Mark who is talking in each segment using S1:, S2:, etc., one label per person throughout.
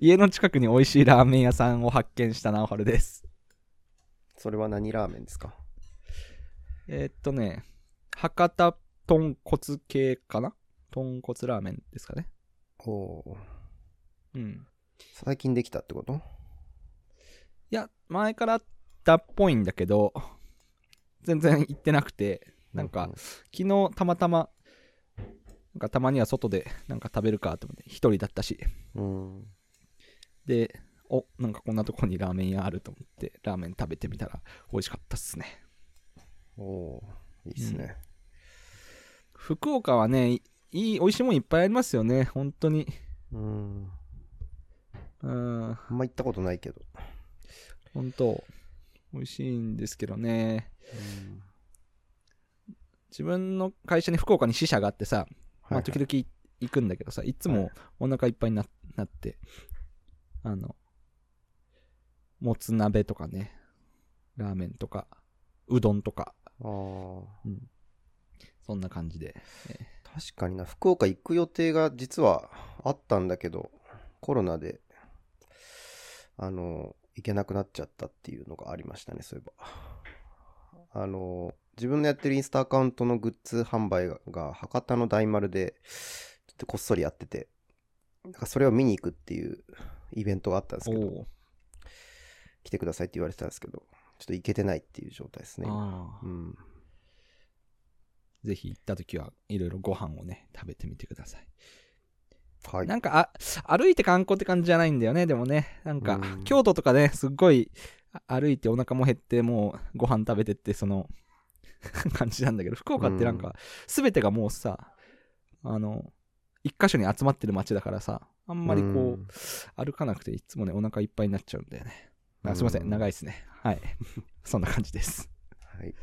S1: 家の近くに美味しいラーメン屋さんを発見したなおはるです
S2: それは何ラーメンですか
S1: えーっとね博多豚骨系かな豚骨ラーメンですかね
S2: おお
S1: う
S2: ー。
S1: ん
S2: 最近できたってこと
S1: いや前からあったっぽいんだけど全然行ってなくてなんか、昨日たまたまなんかたまには外でなんか食べるかと思って一人だったし
S2: うん。うん
S1: でおなんかこんなとこにラーメン屋あると思ってラーメン食べてみたら美味しかったっすね
S2: おおー。いいっすね。
S1: 福岡はねいいい美味しいもんいっぱいありますよね本当に
S2: うん。
S1: うん
S2: あんま行ったことないけど。
S1: 本当美味しいんですけどね
S2: うん
S1: 自分の会社に福岡に支社があってさ、ま
S2: は
S1: あ、
S2: い
S1: 時々行くんだけどさいつもお腹いっぱいにななってあのもつ鍋とかねラーメンとかうどんとか
S2: はいあ
S1: そんな感じで
S2: あ。確かにな、福岡行く予定が実はあったんだけど、コロナで、あの、行けなくなっちゃったっていうのがありましたね、そういえば。あの、自分のやってるインスタアカウントのグッズ販売がが博多の大丸で、ちょっとこっそりやってて、なんかそれを見に行くっていうイベントがあったんです
S1: お
S2: けど、
S1: お
S2: 来てくださいって言われてたんですけど、ちょっと行けてないっていう状態ですね。今
S1: あ
S2: う
S1: あ
S2: ん。
S1: ぜひ行った時はいろいろご飯をね食べてみてください
S2: はい。
S1: なんかあ歩いて観光って感じじゃないんだよねでもねなんか
S2: うん
S1: 京都とかねすっごいあ歩いてお腹も減ってもうご飯食べてってその 感じなんだけど福岡ってなん
S2: う
S1: か全てがもうさあの一箇所に集まってる街だからさあ
S2: あ
S1: んまりこう、歩かなくていつもねお腹いっぱいになっちゃうんだよねあすいません長
S2: い。
S1: いですねはい そんな感じです
S2: はい。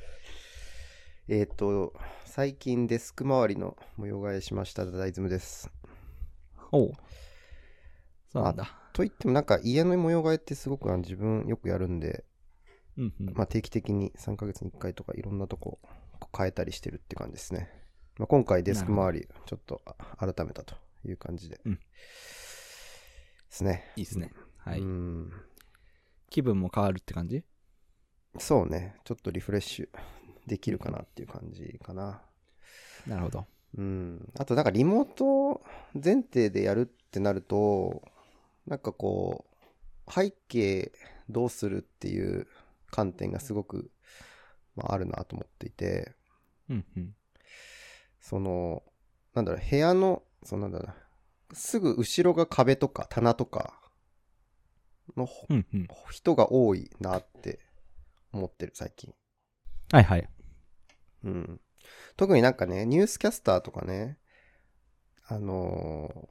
S2: えっ、と、最近デスク周りの模様替えしましたダダイズムです。
S1: おうそうなんだ
S2: といってもなんか家の模様替えってすごくあの自分よくやるんで、
S1: うんうん
S2: まあ、定期的に3ヶ月に1回とかいろんなとこ変えたりしてるって感じですね。まあ、今回デスク周りちょっとあ改めたという感じで。
S1: うん
S2: ですね。
S1: いいですねはい、
S2: うん。
S1: 気分も変わるって感じ
S2: そうね。ちょっとリフレッシュできるかなっていう感じかな。
S1: なるほど
S2: うん。あとなんかリモート前提でやるってなると、なんかこう、背景どうするっていう観点がすごく、まあ、あるなと思っていて、
S1: うんうん
S2: その、なんだろう、部屋の、そのなんだろうな、すぐ後ろが壁とか棚とかのほ
S1: うんうん
S2: 人が多いなって思ってる最近。
S1: はいはい
S2: うん。特になんかね、ニュースキャスターとかね、あの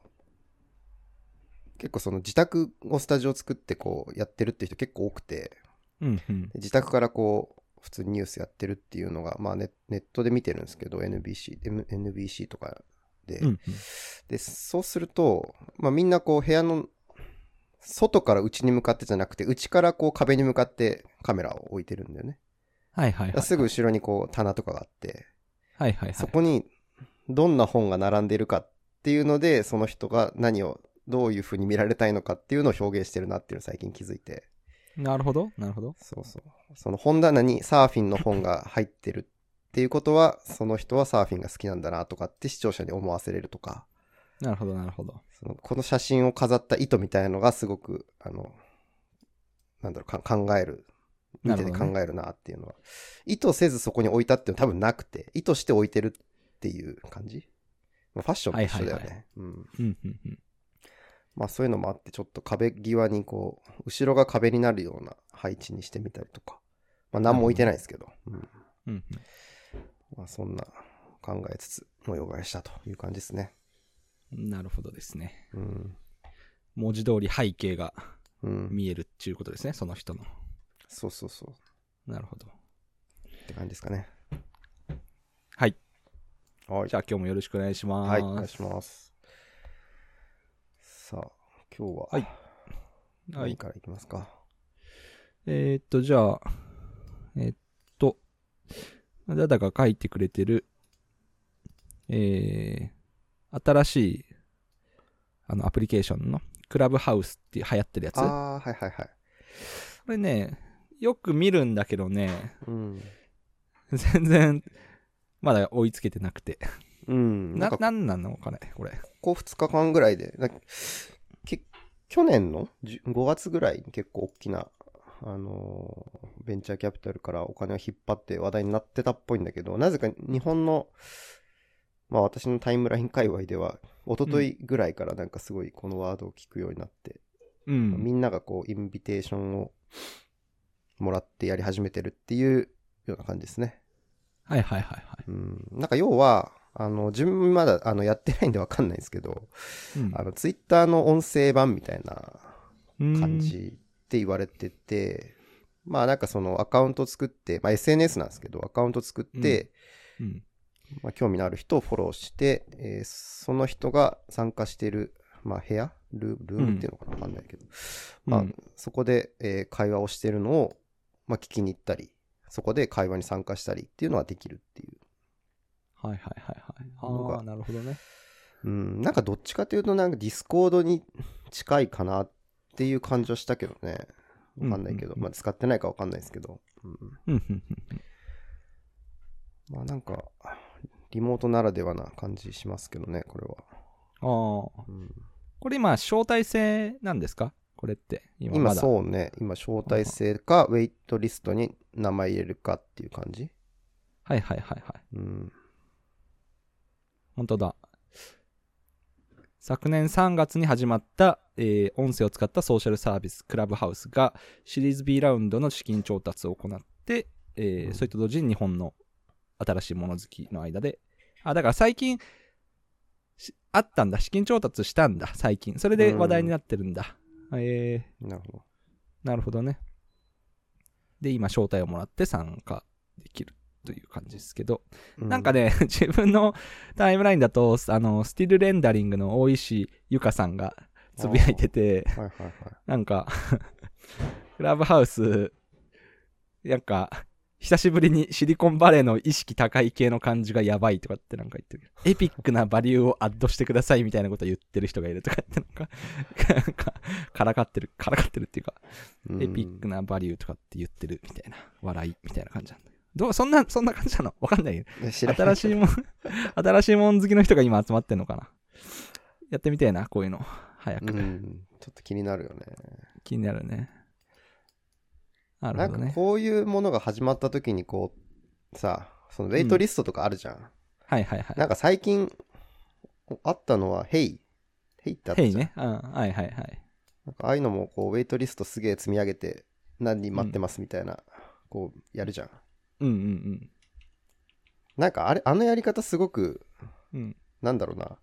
S2: ー結構その自宅をスタジオ作ってこうやってるって人結構多くて、
S1: うんうん
S2: で自宅からこう、普通にニュースやってるっていうのが、まあネネットで見てるんですけど、NBC、M NBC とかで。
S1: うんうん
S2: で、そうすると、まあみんなこう部屋の、外から内に向かってじゃなくて、内からこう壁に向かってカメラを置いてるんだよね。
S1: はいはいは
S2: だから
S1: い
S2: すぐ後ろにこう棚とかがあって、
S1: はいはいは
S2: そ
S1: い
S2: こにどんな本が並んでいるかっていうので、その人が何をどういうふうに見られたいのかっていうのを表現してるなっていうのを最近気づいて。
S1: なるほどなるほど
S2: そうそう。その本棚にサーフィンの本が入ってるっていうことは、その人はサーフィンが好きなんだなとかって視聴者に思わせれるとか、
S1: なるほどなるほど
S2: そのこの写真を飾った意図みたいのがすごく、あの、なんだろうか、考える。見
S1: なる
S2: て
S1: ほ
S2: て
S1: どね
S2: 考えるなっていうのは、意図せずそこに置いたっていうのは多分なくて、意図して置いてるっていう感じ、まあ、ファッションと一緒だよね。
S1: はいはい
S2: うん。
S1: うんうんうん
S2: まあそういうのもあって、ちょっと壁際にこう、後ろが壁になるような配置にしてみたりとか、まあ何も置いてないですけど、うん。
S1: うん
S2: まあそんな考えつつ模様替えしたという感じですね。
S1: うんなるほどですね
S2: うん。
S1: 文字通り背景が
S2: うん。
S1: 見えるっていうことですねその人の
S2: そうそうそう。
S1: なるほど
S2: って感じですかね。
S1: はい
S2: はい。
S1: じゃあ今日もよろしくお願いします
S2: はい、お願いします。さあ、今日は、
S1: はいは
S2: 何
S1: い
S2: からいきますか。
S1: えーっとじゃあえーっとダダが書いてくれてるえー新しいあのアプリケーションのクラブハウスって流行ってるやつ。
S2: あ
S1: こ
S2: あ、はいはいはい。
S1: れね、よく見るんだけどね、
S2: うん。
S1: 全然、まだ追いつけてなくて。
S2: うん。な
S1: な、
S2: んか
S1: なんなのかね、これ。
S2: ここ2日間ぐらいで、なんかけ去年のじゅ5月ぐらいに結構大きな、あのーベンチャーキャピタルからお金を引っ張って話題になってたっぽいんだけど、なぜか日本の、まあ私のタイムライン界隈では、一昨日ぐらいからなんかすごいこのワードを聞くようになって、
S1: う
S2: み
S1: ん。
S2: んながこう、インビテーションをもらってやり始めてるっていうような感じですね。
S1: はいはいはいはい。
S2: うん、なんか要は、あの、自分まだあのやってないんでわかんないんですけど、
S1: うん
S2: あの、ツイッターの音声版みたいな感。
S1: う
S2: じって言われてて、まあなんかそのアカウント作って、まあ SNS なんですけど、アカウント作って、
S1: ーんうん。
S2: まあ興味のある人をフォローして、えーその人が参加している、まあ部屋ルールームっていうのかなわかんないけど、まあ
S1: うん
S2: そこで、えー会話をしてるのを、まあ聞きに行ったり、そこで会話に参加したりっていうのはできるっていう。
S1: はいはいはい
S2: の
S1: はい。あ
S2: が
S1: あ、なるほどね。
S2: うん、なんかどっちかというとなんかディスコードに近いかなっていう感じはしたけどね。わかんないけ
S1: うんうん
S2: ど、
S1: うん
S2: まあ使ってないかわかんないですけど。うん、
S1: うんうんうん。
S2: まあなんか、リモートならではな感じしますけどね、これは。
S1: ああ。
S2: うん
S1: これ今、招待制なんですかこれって。今
S2: 今
S1: まだ。
S2: そうね、今招待制か、ウェイトリストに名前入れるかっていう感じ。
S1: はいはいはいはい。
S2: うん。
S1: 本当だ。昨年3月に始まった、えー音声を使ったソーシャルサービス、クラブハウスがシリーズ B ラウンドの資金調達を行って、えー
S2: うん
S1: それと同時に日本の新しいもの好きの間で、あ、だから最近、しあったんだ、資金調達したんだ、最近。それで話題になってるんだ。え
S2: なるほど。
S1: ー、なるほどね。で、今、招待をもらって参加できるという感じですけど、
S2: う
S1: なんか、ね、 自分のタイムラインだと、あの、スティルレンダリングの大石ゆかさんがつぶやいてて、
S2: はいはいはい。
S1: なんか、 クラブハウス、なんか、久しぶりにシリコンバレーの意識高い系の感じがやばいとかってなんか言ってる。エピックなバリューをアッドしてくださいみたいなこと言ってる人がいるとか言ってなんか、なんか、からかってる、からかってるっていうか、
S2: うん
S1: エピックなバリューとかって言ってるみたいな、笑いみたいな感じなんだよ。どうそんな、そんな感じなのわかんないよ
S2: え知ら ない
S1: 新しいもん、新しいもん好きの人が今集まってんのかな。やってみてえな、こういうの。早く。
S2: うん。ちょっと気になるよね。
S1: 気になるね。なる
S2: な
S1: ほ
S2: ん
S1: ど
S2: か
S1: ね。
S2: こういうものが始まった時にこう、さ、そのウェイトリストとかあるじゃん。
S1: はいはいはい。
S2: なんか最近あったのは、ヘイ。ヘイってあった
S1: へ
S2: じゃん
S1: いね。うん。はいはいはい。
S2: なんかああいうのもこう、ウェイトリストすげえ積み上げて、何人待ってますみたいな、こう、やるじゃん。
S1: うんうん
S2: なんかあれ、あのやり方すごく、
S1: うん。うん。
S2: なんだろうな。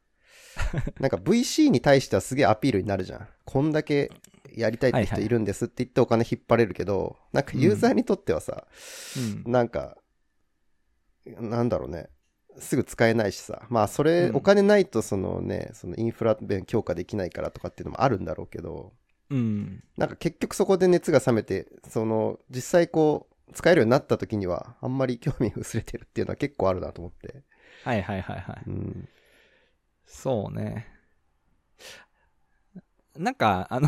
S2: なんか VC に対してはすげえアピールになるじゃん。こんだけやりたいって
S1: はい
S2: 人
S1: はい
S2: いるんですって言ってお金引っ張れるけど、なんかユーザーにとってはさ、
S1: うん、
S2: なんか、なんだろうね。すぐ使えないしさ。まあ、それ、
S1: うん
S2: お金ないと、そのね、そのインフラ面強化できないからとかっていうのもあるんだろうけど、
S1: うん。
S2: なんか結局そこで熱が冷めて、その、実際こう、使えるようになった時には、あんまり興味が薄れてるっていうのは結構あるなと思って。
S1: はいはいはいはい。
S2: うん。
S1: そうね。なんか、あの、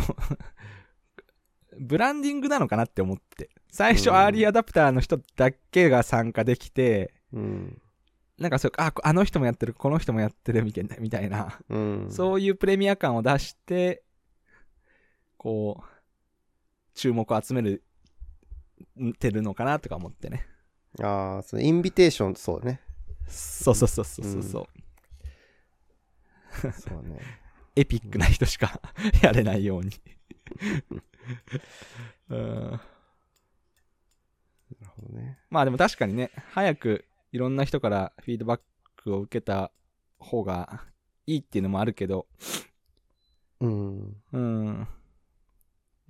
S1: ブランディングなのかなって思って。最初、
S2: うん
S1: アーリーアダプターの人だけが参加できて、
S2: うん。
S1: なんかそう、あ、あの人もやってる、この人もやってるみたいな、みたいな。
S2: うん。
S1: そういうプレミア感を出して、こう、注目を集める、んてるのかなとか思ってね。
S2: ああ、そのインビテーション、そう ね。
S1: そうそうそうそうそうそう、
S2: そうね。
S1: エピックな人しか やれない ように。うん
S2: なるほどね。
S1: まあでも確かにね、早くいろんな人からフィードバックを受けた方がいいっていうのもあるけど、
S2: うん。
S1: うん。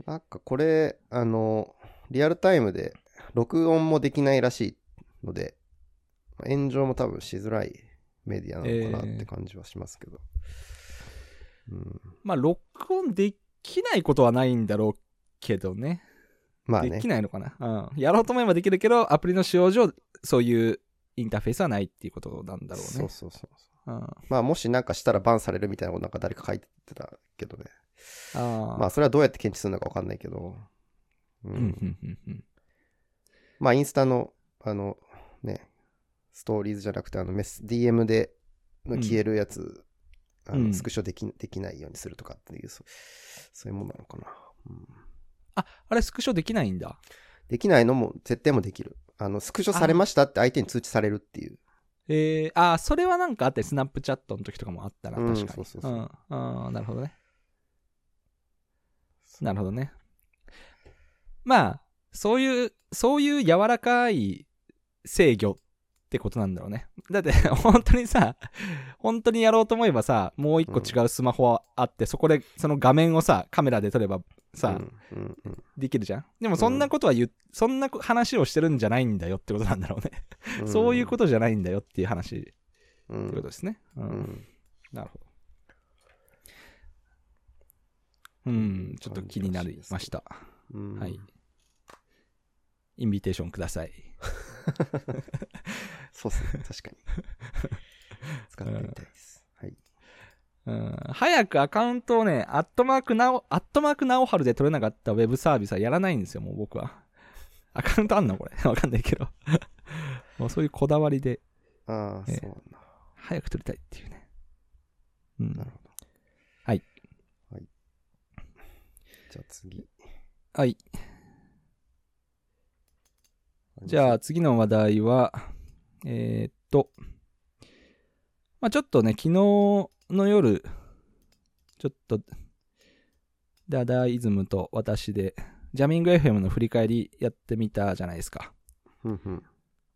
S2: なんかこれ、あの、リアルタイムで録音もできないらしいので、まあ炎上も多分しづらいメディアなのかなって感じはしますけど。うん、
S1: まあ録音できないことはないんだろうけどね。
S2: まあ
S1: で
S2: ね
S1: き。ないのかな、うん、やろうと思えばできるけどアプリの使用上そういうインターフェースはないっていうことなんだろうね
S2: そうそうそうそ
S1: う
S2: う。
S1: ん、
S2: まあもしなんかしたらバンされるみたいなことなんか誰か書いてたけどね。
S1: あ
S2: まあ
S1: あ、
S2: それはどうやって検知するのか分かんないけど、うん
S1: うん、うん、うん、うん。
S2: まあインスタのあのねストーリーズじゃなくてあのメス DM での
S1: うん
S2: 消えるやつ、あの
S1: うん
S2: スクショできできないようにするとかっていうそうそういうもんなのかな、うん
S1: あ、あれスクショできないんだ。
S2: できないのも設定もできるあのスクショされましたって相手に通知されるっていう
S1: えー、あーそれはなんかあってスナップチャットの時とかもあったな
S2: うん
S1: 確かに、
S2: そうそうそうん
S1: あーなるほどねなるほどねまあそういうそういう柔らかい制御ってことなんだろうねだって 本当にさ本当にやろうと思えばさもう一個違うスマホはあって、そこでその画面をさカメラで撮ればさ、
S2: うんうんうん
S1: できるじゃんでもそんなことは言う、そんな話をしてるんじゃないんだよってことなんだろうね、
S2: うん
S1: そういうことじゃないんだよっていう話
S2: う
S1: ってこと
S2: ん
S1: ですね。う、
S2: うんん
S1: なるほど。うん、ちょっと気になりました。
S2: うん
S1: はい。インビテーションください。
S2: そうですね確かに 使ってみたいです、はい
S1: うん、早くアカウントをね、アットマークなお、アットマークなおはるで取れなかったウェブサービスはやらないんですよ、もう僕は。 アカウントあんのこれ。 わかんないけど。もうそういうこだわりで、
S2: ああ
S1: ええ
S2: そうなんだ
S1: 早く取りたいっていうね。うん
S2: な。るほど。
S1: はい。
S2: はい。じゃあ次。
S1: はい。じゃ
S2: あ
S1: あ次の話題は、えーっと、まあちょっとね、昨日の夜、ちょっと、ダダイズムと私で、ジャミング FM の振り返りやってみたじゃないですか。
S2: ります、うん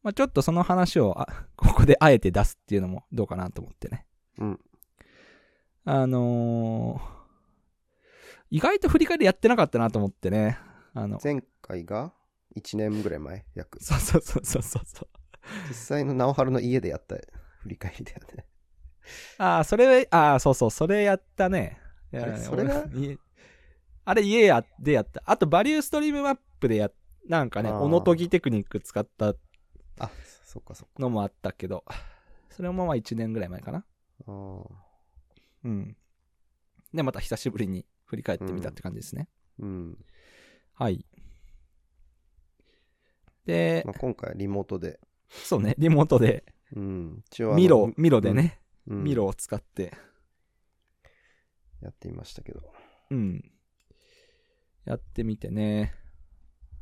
S1: まあちょっとその話をあ、ここであえて出すっていうのもどうかなと思ってね。
S2: うん
S1: あのー意外と振り返りやってなかったなと思ってね。あの、
S2: 前回が1年ぐらい前、約。
S1: そうそうそうそうそうそう。
S2: 実際の直春の家でやった振り返りだよね。
S1: ああ、それ、ああ、そうそう、それやったね。いや
S2: あれそれが
S1: 俺家あれ、家やでやった。あと、バリューストリームマップでやっなんかね、
S2: あー
S1: おのとぎテクニック使った
S2: あ、そそっかそっか。
S1: のもあったけど、それもまあ1年ぐらい前かな。
S2: あー
S1: うん。で、また久しぶりに振り返ってみたって感じですね。
S2: うん。
S1: はい。で
S2: ま、あ、今回リモートで。
S1: そうね、リモートで、
S2: うん。一応あの
S1: ミロ、、ミロでね、
S2: うん
S1: ミロを使って、
S2: やってみましたけど。
S1: うん。やってみてね。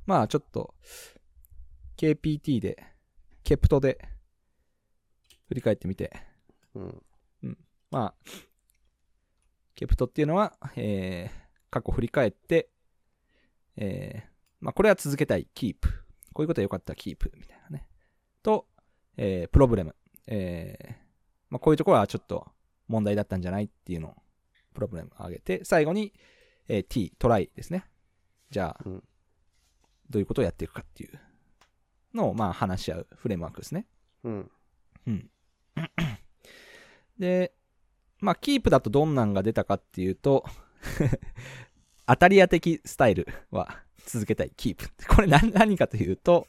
S1: まあちょっと、KPT で、ケプトで、振り返ってみて。
S2: うん。
S1: まあ、ケプトっていうのは、えー、過去振り返って、えー、まあこれは続けたい、キープ。こういうことは良かったらキープ、みたいなね。と、えー、プロブレム。えー、まあこういうところはちょっと問題だったんじゃないっていうのを、プロブレム上げて、最後に、えー t、トライですね。じゃあ、
S2: うん
S1: どういうことをやっていくかっていうのを、まあ話し合うフレームワークですね。
S2: うん。
S1: で、まあ、キープだとどんなんが出たかっていうと、 当たり屋的スタイルは続けたい、キープ。これ何何かというと、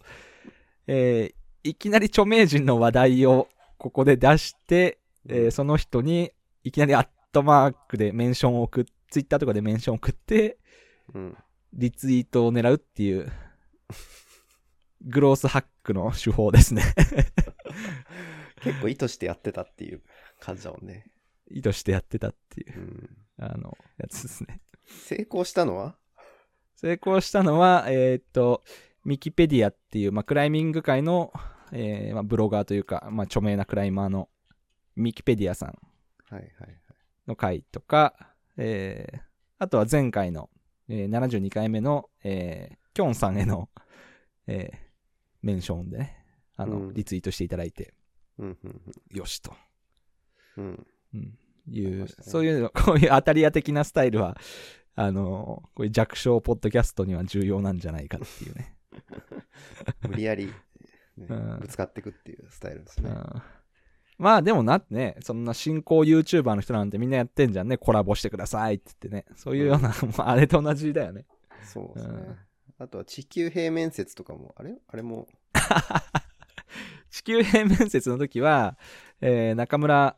S1: えーいきなり著名人の話題をここで出して、えーその人にいきなりアットマークでメンションを送っ、ツイッターとかでメンションを送って、
S2: うん。
S1: リツイートを狙うっていう、グロースハックの手法ですね。
S2: 結構意図してやってたっていう感じだもんね。
S1: 意図してやってたっていう
S2: う、ん。
S1: あの、やつですね。
S2: 成功したのは
S1: 成功したのは、えーっと、ミキペディアっていう、まあ、クライミング界の、えーまあ、ブロガーというか、まあ、著名なクライマーのミキペディアさん
S2: はいはいはい。
S1: の回とか、えーあとは前回の、えー72回目の、えーキョンさんへの、えーメンションでね、あの、
S2: うん
S1: リツイートしていただいて、
S2: うんうん
S1: よしと。
S2: うん。うん。
S1: うんい
S2: り
S1: う、
S2: ましたね
S1: そういうの、こういう当たり屋的なスタイルは、あの、こういう弱小ポッドキャストには重要なんじゃないかっていうね。
S2: 無理やり、ね
S1: うん
S2: ぶつかっていくっていうスタイルですね。
S1: うんまあでもなってね、そんな新興 YouTuber の人なんてみんなやってんじゃんね、コラボしてくださいって言ってね。そういうような、もう あれと同じだよね。
S2: そうですね。
S1: うん
S2: あとは地球平面説とかも、あれあれも、
S1: 地球平面説の時は、えー中村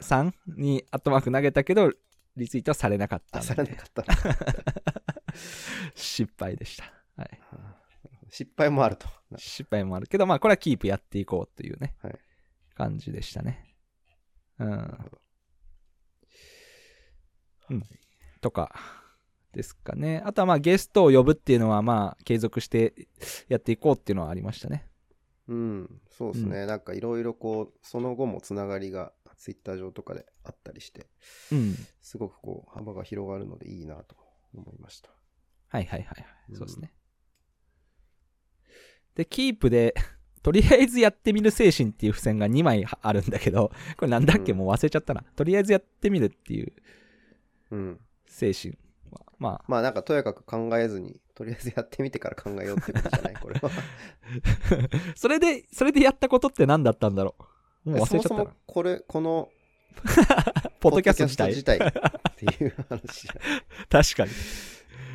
S1: さんにアットマーク投げたけど、リツイートはされなかった
S2: あ、
S1: ん
S2: さ
S1: で
S2: れなかった。
S1: 失敗でした、はい、
S2: 失敗もあると。
S1: 失敗もあるけどまあこれはキープやっていこうというね、
S2: はい
S1: 感じでしたねうん
S2: なるほ
S1: うんとかですかねあとはまあゲストを呼ぶっていうのはまあ継続してやっていこうっていうのはありましたね
S2: うん、そうですね。なんかいろいろこう、その後もつながりがツイッター上とかであったりして、
S1: うん
S2: すごくこう、幅が広がるのでいいなと思いました。
S1: はいはいはいは
S2: う
S1: い。
S2: ん
S1: そうですね。で、キープで、 とりあえずやってみる精神っていう付箋が2枚はあるんだけど、これなんだっけ、
S2: うん
S1: もう忘れちゃったな。とりあえずやってみるっていう
S2: うん。
S1: 精神は、ま
S2: まあなんかとやかく考えずに、とりあえずやってみてから考えようってことじゃない、これ
S1: あ、
S2: は。
S1: それで、それでやったことって何だったんだろう。 もう忘
S2: そ
S1: れ
S2: も
S1: ちゃった
S2: そ
S1: な。
S2: もこれ、この、
S1: ポッドキャスト自体。
S2: ポッドキャスト自体っ ていう話じゃない
S1: 確かに。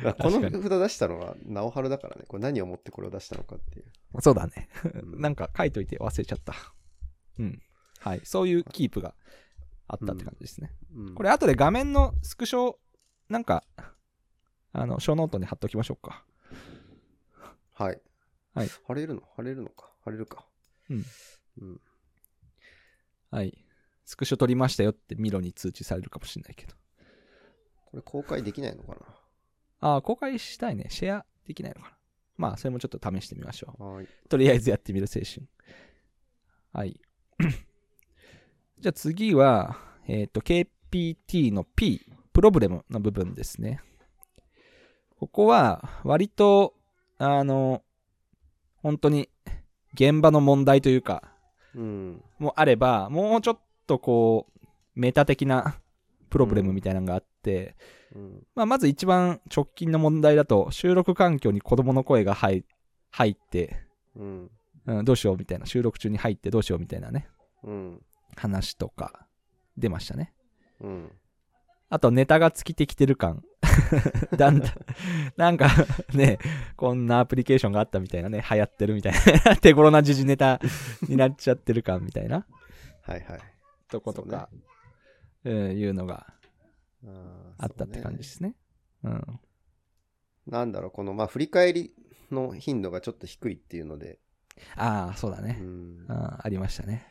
S2: まあこの
S1: 確か
S2: 札出したのは、直春だからね、これ何をもってこれを出したのかっていう。
S1: そうだね。
S2: うん
S1: なんか書いといて忘れちゃった。うん。はい。そういうキープがあったって感じですね。
S2: うん
S1: これ後で画面のスクショなんかあの小ノートに貼っときましょうか
S2: はい。
S1: はい
S2: 晴れるの晴れるのか晴れるか。
S1: うん
S2: うん。
S1: はいスクショ撮りましたよってミロに通知されるかもしれないけど
S2: これ公開できないのか
S1: ああ公開したいねシェアできないのかなまあそれもちょっと試してみましょ
S2: なはい。
S1: うとりあえずやってみる精神はい じゃあ次はえっ、と KPT の P プロブレムの部分ですねここは割とあの本当に現場の問題というか
S2: うん。
S1: もあれば、もうちょっとこう、メタ的なプロブレムみたいなのがあって、
S2: うん。
S1: まあ、まず一番直近の問題だと、収録環境に子供の声が入入って、
S2: うん。
S1: うん、どうしようみたいな、収録中に入ってどうしようみたいなね、
S2: うん。
S1: 話とか出ましたね。
S2: うん。
S1: あと、ネタが尽きてきてる感。 だんだん、なんかね、こんなアプリケーションがあったみたいなね、流行ってるみたいな、 手頃な時事ネタになっちゃってる感みたいな
S2: はいはい。
S1: とことか、うんいうのが
S2: あー
S1: あったって感じで。
S2: そうね
S1: すね。うん。
S2: なんだろう、この、まあ、振り返りの頻度がちょっと低いっていうので、
S1: ああ、そうだ
S2: う
S1: ね。
S2: ん
S1: う。ん、ありましたね。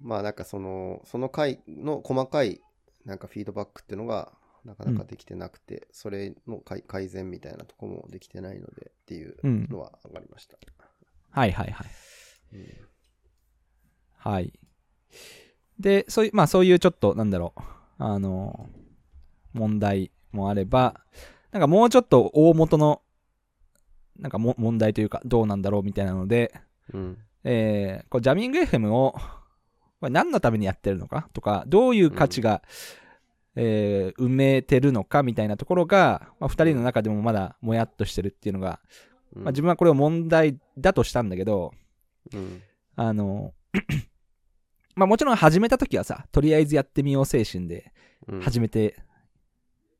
S2: まあ、なんかその、その回の細かい、なんかフィードバックっていうのが、なかなかできてなくて、それの改改善みたいなとこもできてないのでっていう
S1: うん。
S2: のは上がりました。
S1: はいはいはい。
S2: うん
S1: はい。で、そういう、まあそういうちょっと、なんだろう、あの、問題もあれば、なんかもうちょっと大元の、なんかも問題というか、どうなんだろうみたいなので、
S2: うん。
S1: えーこうジャミング FM をこれ何のためにやってるのかとかどういう価値が、えー埋めてるのかみたいなところが、まあ、2人の中でもまだもやっとしてるっていうのが、
S2: うん
S1: まあ、自分はこれを問題だとしたんだけど
S2: うん。
S1: あの まあもちろん始めた時はさとりあえずやってみよう精神で
S2: うん
S1: 始めて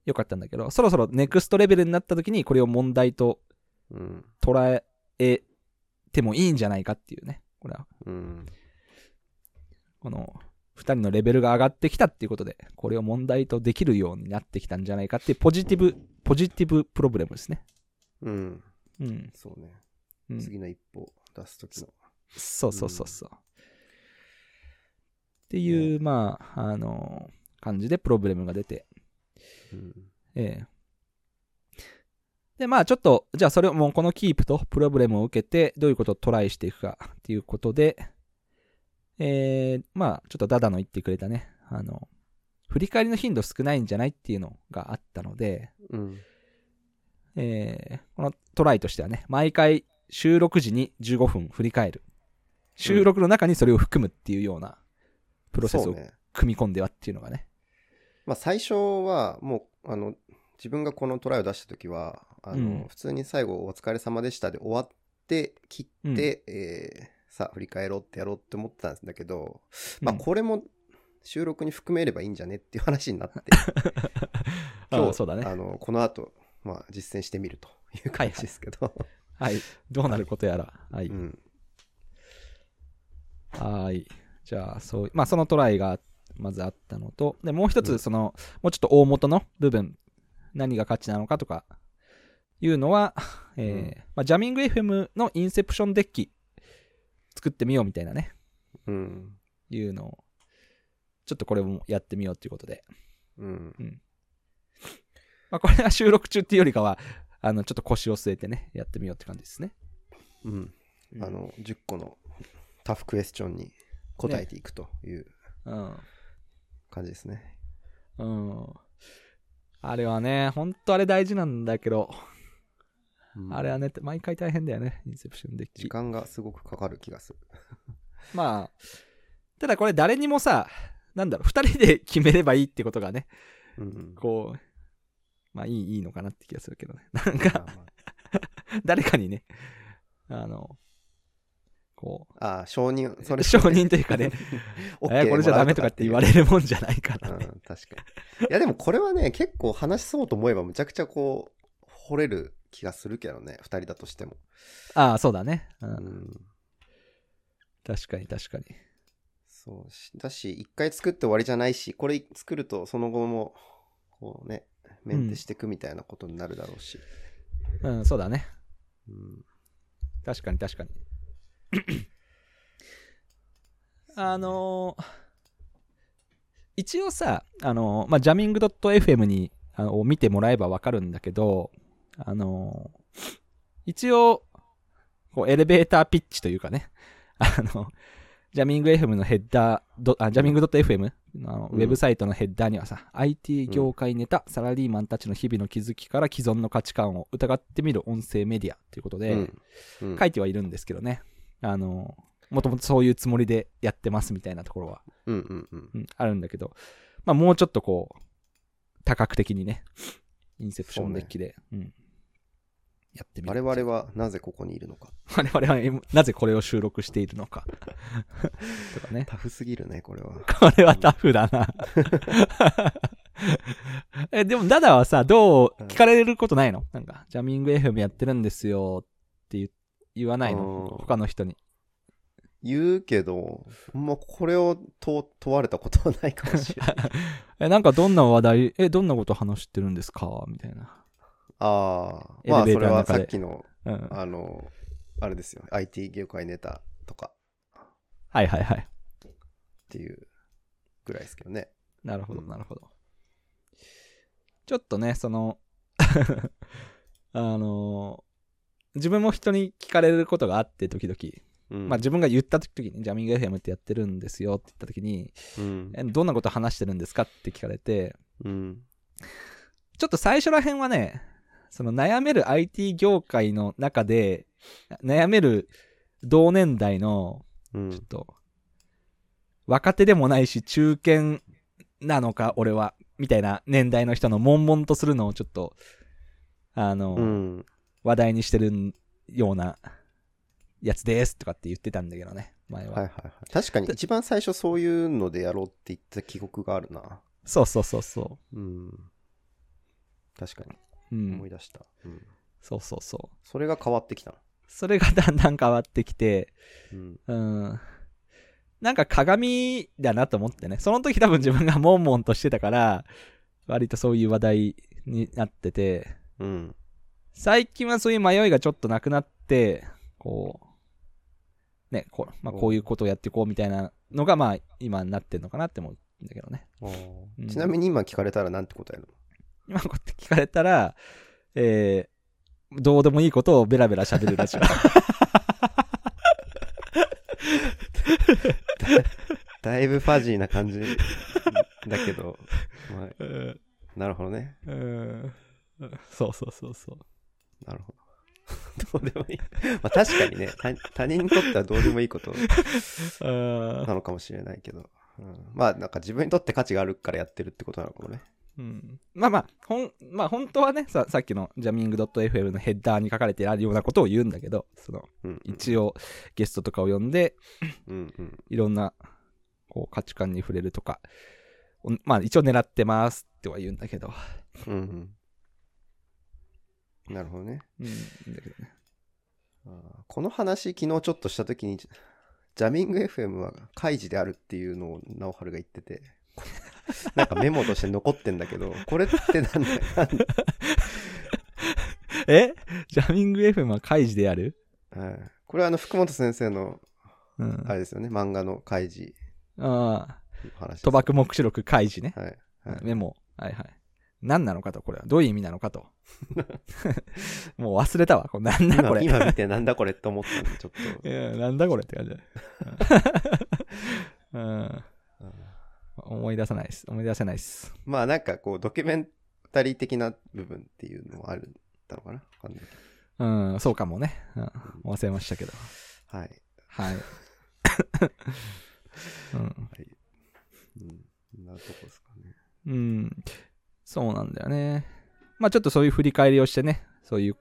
S1: よかったんだけど、そろそろネクストレベルになった時にこれを問題と
S2: うん。
S1: 捉えてもいいんじゃないかっていうねこれは
S2: うん。
S1: この2人のレベルが上がってきたっていうことで、これを問題とできるようになってきたんじゃないかっていうポジティブ、ポジティブプロブレムですね。
S2: うん。
S1: うん。
S2: そうね。
S1: うん、
S2: 次の一歩出すときの。
S1: そうそうそうそう。っていう、まあ、あの感じでプロブレムが出て、
S2: うん
S1: ええで、まあちょっと、じゃあそれをもうこのキープとプロブレムを受けて、どういうことをトライしていくかっていうことで、えー、まあちょっとダダの言ってくれたね、あの、振り返りの頻度少ないんじゃないっていうのがあったので、
S2: うん。
S1: えーこのトライとしてはね、毎回収録時に15分振り返る。収録の中にそれを含むっていうようなプロセス
S2: そう
S1: を
S2: ね。
S1: 組み込んではっていうのがね。
S2: まあ最初はもう、あの、自分がこのトライを出したときは、あの、
S1: うん
S2: 普通に最後お疲れ様でしたで終わって、切って、えーさあ振り返ろうってやろうって思ってたんだけど、まあ
S1: うん
S2: これも収録に含めればいいんじゃねっていう話 になって、
S1: あ
S2: 今日、
S1: そうだね。
S2: あの、この後、まあ実践してみるという感じですけど。
S1: はい。どうなることやら。はい。
S2: うん。
S1: はい。じゃあ、そう、まあ、そのトライがまずあったのと、で、もう一
S2: う
S1: つ、
S2: ん
S1: その、もうちょっと大元の部分、何が価値なのかとか、いうのは、えー
S2: うん
S1: まあ、ジャミング FM のインセプションデッキ、作ってみようみたいなね、
S2: うん。
S1: いうのを、ちょっとこれもやってみようということで。
S2: うん。
S1: まあ、これは収録中っていうよりかは、あの、ちょっと腰を据えてね、やってみようって感じですね。
S2: うん。あの、10個のタフクエスチョンに答えていくという
S1: うん、
S2: 感じですね。
S1: うん。あれはね、ほんとあれ大事なんだけど、
S2: うん
S1: あれはね、毎回大変だよね、インセプションデッ
S2: 時
S1: キ。
S2: 間がすごくかかる気がする。
S1: まあ、ただこれ誰にもさ、なんだろう、二人で決めればいいってことがね、
S2: うん。
S1: こう、まあいい、いいのかなって気がするけどね。 なん
S2: ま
S1: か、
S2: あま
S1: 誰かにね、あの、こう、
S2: ああ、承認、それ、
S1: 承認というかね、
S2: オッケー
S1: えこれじゃダメとかって言われるもんじゃないか
S2: う
S1: ら
S2: ん、
S1: ね。
S2: 確かに。いや、でもこれはね、結構話しそうと思えば、むちゃくちゃこう、掘れる気がするけどね、二人だとしても。
S1: ああ、そうだね。う、
S2: うんん。
S1: 確かに確かに。
S2: そうし、だし、一回作って終わりじゃないし、これ作ると、その後も、こうね、メンテしていくみたいなことになるだろうし。
S1: うん、そうだね。
S2: うん。
S1: 確かに確かに。 あのー一応さ、あのーまあ、ジャミング .fm にあのを見てもらえばわかるんだけど、あのー一応、こうエレベーターピッチというかね、 あの、ジャミング FM のヘッダーど、あジャミング .fm の
S2: うん
S1: ウェブサイトのヘッダーにはさ、IT 業界ネタ、サラリーマンたちの日々の気づきから既存の価値観を疑ってみる音声メディアということで、
S2: うんうん
S1: 書いてはいるんですけどね。あの、もともとそういうつもりでやってますみたいなところは、
S2: うんうんうん
S1: うんあるんだけど、まあもうちょっとこう、多角的にね、インセプションデッキで、うんやってみ
S2: 我
S1: る。
S2: 々はなぜここにいるのか。
S1: 我々はえなぜこれを収録しているのか。 とか ね。
S2: タフすぎるね、これは。
S1: これはタフだな。 えでも、ダダはさ、どう、聞かれることないのなんか、ジャミング FM やってるんですよって言言わないの
S2: うん
S1: 他の人に。
S2: 言うけど、ほんまこれをと問われたことはないかもし れない。
S1: え、なんかどんな話題、え、どんなこと話してるんですかみたいな。
S2: ああ、
S1: エ
S2: ま
S1: レベー
S2: あ
S1: タ
S2: そ
S1: ー
S2: れ
S1: の
S2: は
S1: 中で
S2: さっきの、
S1: うん。は
S2: あの、あれですよ、IT 業界ネタとか
S1: いはいはい。
S2: っていうぐらいですけどね。
S1: なるほど、
S2: うん
S1: なるほど。ちょっとね、その、 あのー自分も人に聞かれることがあって、時々。
S2: うん
S1: まあ自分が言った時に、ジャミング FM ってやってるんですよって言った時に、
S2: うん
S1: え、どんなこと話してるんですかって聞かれて、
S2: うん。
S1: ちょっと最初ら辺はね、その悩める IT 業界の中で、悩める同年代の
S2: う
S1: ちょっ
S2: ん。
S1: と、若手でもないし、中堅なのか、俺は、みたいな年代の人の悶々とするのをちょっと、あの、
S2: うん。
S1: 話題にしてるようなやつですとかって言ってたんだけどね、前は。
S2: はいはいはい。確かに一番最初そういうのでやろうって言った記憶があるな。
S1: そうそうそうそ
S2: うん。確かに
S1: う。う
S2: 思
S1: ん。
S2: い出した。うん。
S1: そうそうそう。
S2: それが変わってきたの。
S1: それがだ んだん変わってきて、
S2: うん。
S1: うん。なんか鏡だなと思ってね。その時多分自分が悶々としてたから、割とそういう話題になってて、
S2: うん。
S1: 最近はそういう迷いがちょっとなくなって、こう、ね、こう,、まあ、
S2: うん
S1: こういうことをやっていこうみたいなのが、まあ、今になってるのかなって思うんだけどね。
S2: あー
S1: うん
S2: ちなみに今聞かれたらなんて答える
S1: 今こうやって聞かれたら、えー、どうでもいいことをベラベラ喋るラジオ。
S2: のだいぶファジーな感じだけど、 まあ、
S1: うん
S2: なるほどね。
S1: うんそうそうそうそう。
S2: なるほど。 どうでもいい。まあ確かにね、他他人にとってはどうでもいいこと
S1: うん
S2: なのかもしれないけど。うん、まあなんか自分にとって価値があるからやってるってことなのかもね。
S1: うんまあまあ、ほん、まあ本当はね、ささっきのジャミング .fm のヘッダーに書かれてあるようなことを言うんだけど、その、
S2: うん、
S1: 一応ゲストとかを呼んで、
S2: うんうん
S1: いろんなこう価値観に触れるとか、おまあ一応狙ってますっては言うんだけど、
S2: うんうん。なるほどね。
S1: うんだけどね
S2: あーこの話昨日ちょっとした時に、ジャミング FM は開示であるっていうのを直春が言ってて、なんかメモとして残ってんだけど、これってなんだよ。
S1: えジャミング FM は開示でやる
S2: はいこれはあの、福本先生の、
S1: うん。
S2: あれですよね、漫画の開示
S1: ああ。
S2: の話です。
S1: 賭博目視録開示ね。
S2: はい。はい
S1: メモ。はいはい。何なのかと、これは。どういう意味なのか と。もう忘れたわ。これ何だこ
S2: 今
S1: れ。
S2: 今見てなんだこれって思ったんで、ちょっ
S1: いや、なんだこれって感じだ。うん。
S2: と。うん
S1: 思い出さないです。思い出せないです。
S2: まあなんかこう、ドキュメンタリー的な部分っていうのもあるんだのかなわかんないけ
S1: うん、そうかもね。うん、忘れましたけど。
S2: どはい。
S1: はい。 うん、
S2: うん。そんなとこですかね。
S1: うん。そうなんだよね。まあちょっとそういう振り返りをしてね、そういう、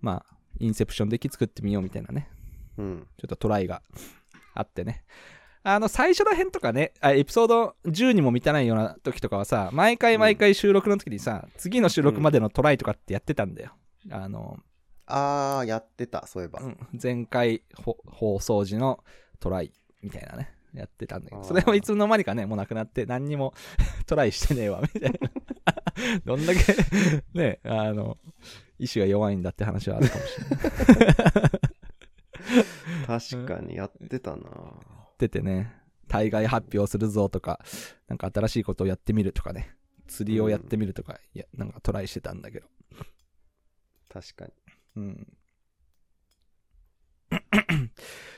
S1: まあ、インセプションでき作ってみようみたいなね。
S2: うん。
S1: ちょっとトライがあってね。あの、最初ら辺とかね、あエピソード10にも満たないような時とかはさ、毎回毎回収録の時にさ、次の収録までのトライとかってやってたんだよ。あの、
S2: あー、やってた、そういえば。
S1: うん前回ほ放送時のトライみたいなね、やってたんだけ
S2: あ
S1: ど、
S2: ー
S1: それもいつの間にかね、もうなくなって、何にも トライしてねえわ、みたいな。 どんだけ、 ね、あの、意志が弱いんだって話はあるかもしれない。
S2: 確かにやってたな
S1: っててね、対外発表するぞとか、なんか新しいことをやってみるとかね、釣りをやってみるとか、いや、なんかトライしてたんだけど。
S2: 確かに。
S1: うん。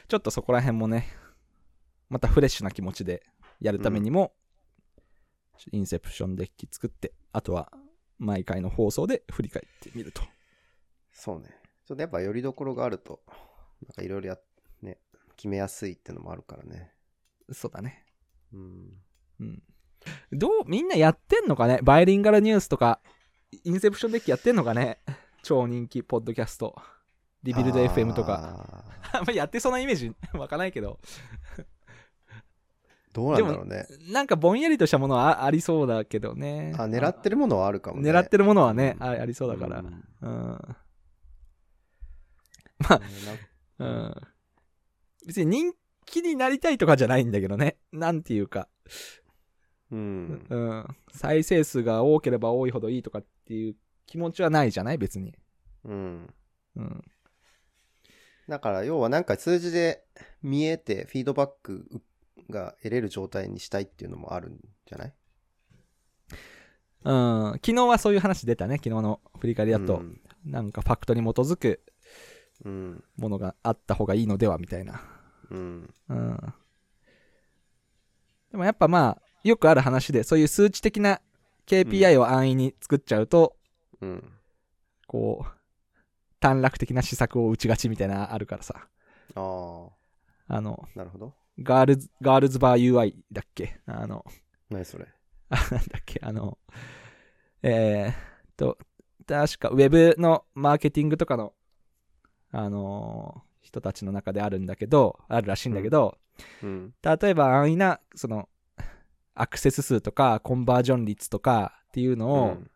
S1: ちょっとそこら辺もね、またフレッシュな気持ちでやるためにも、インセプションデッキ作って、あとは毎回の放送で振り返ってみると。
S2: そうね。ちょっとやっぱよりどころがあると、なんかいろいろや、ね、決めやすいってのもあるからね。
S1: そうだね。
S2: うん。
S1: うん。どう、みんなやってんのかねバイリンガルニュースとか、インセプションデッキやってんのかね超人気ポッドキャスト。リビルド FM とか。
S2: か。
S1: あんまやってそうなイメージ湧かないけど。
S2: どうなんだろうね。
S1: なんかぼんやりとしたものはあありそうだけどね。
S2: あ、狙ってるものはあるかもね。
S1: 狙って
S2: る
S1: るものはね、あありそうだから。うん。 まあうん。別に人気になりたいとかじゃないんだけどね。なんていうか。
S2: うん。
S1: うん。再生数が多ければ多いほどいいとかっていう気持ちはないじゃない別に。
S2: うん。
S1: うん。
S2: だから要はなんか数字で見えてフィードバックが得れる状態にしたいっていうのもあるんじゃない
S1: うん、昨日はそういう話出たね。昨日の振り返りだと、
S2: うん
S1: なんかファクトに基づく
S2: うん。
S1: ものがあった方がいいのではみたいな。
S2: うん。
S1: うん。でもやっぱまあ、よくある話で、そういう数値的な KPI を安易に作っちゃうと、
S2: うん。
S1: こう、短絡的な施策を打ちがちみたいなあるからさ。
S2: ああ、
S1: あの、
S2: なるほど。
S1: ガールズ、ガールズバー UI だっけあの、
S2: 何それ。
S1: あなんだっけ、あの、えー、っと、確か、ウェブのマーケティングとかの、あのー人たちの中であるんだけど、あるらしいんだけど、
S2: うん。
S1: 例えば安易な、その、アクセス数とか、コンバージョン率とかっていう
S2: う
S1: のを
S2: ん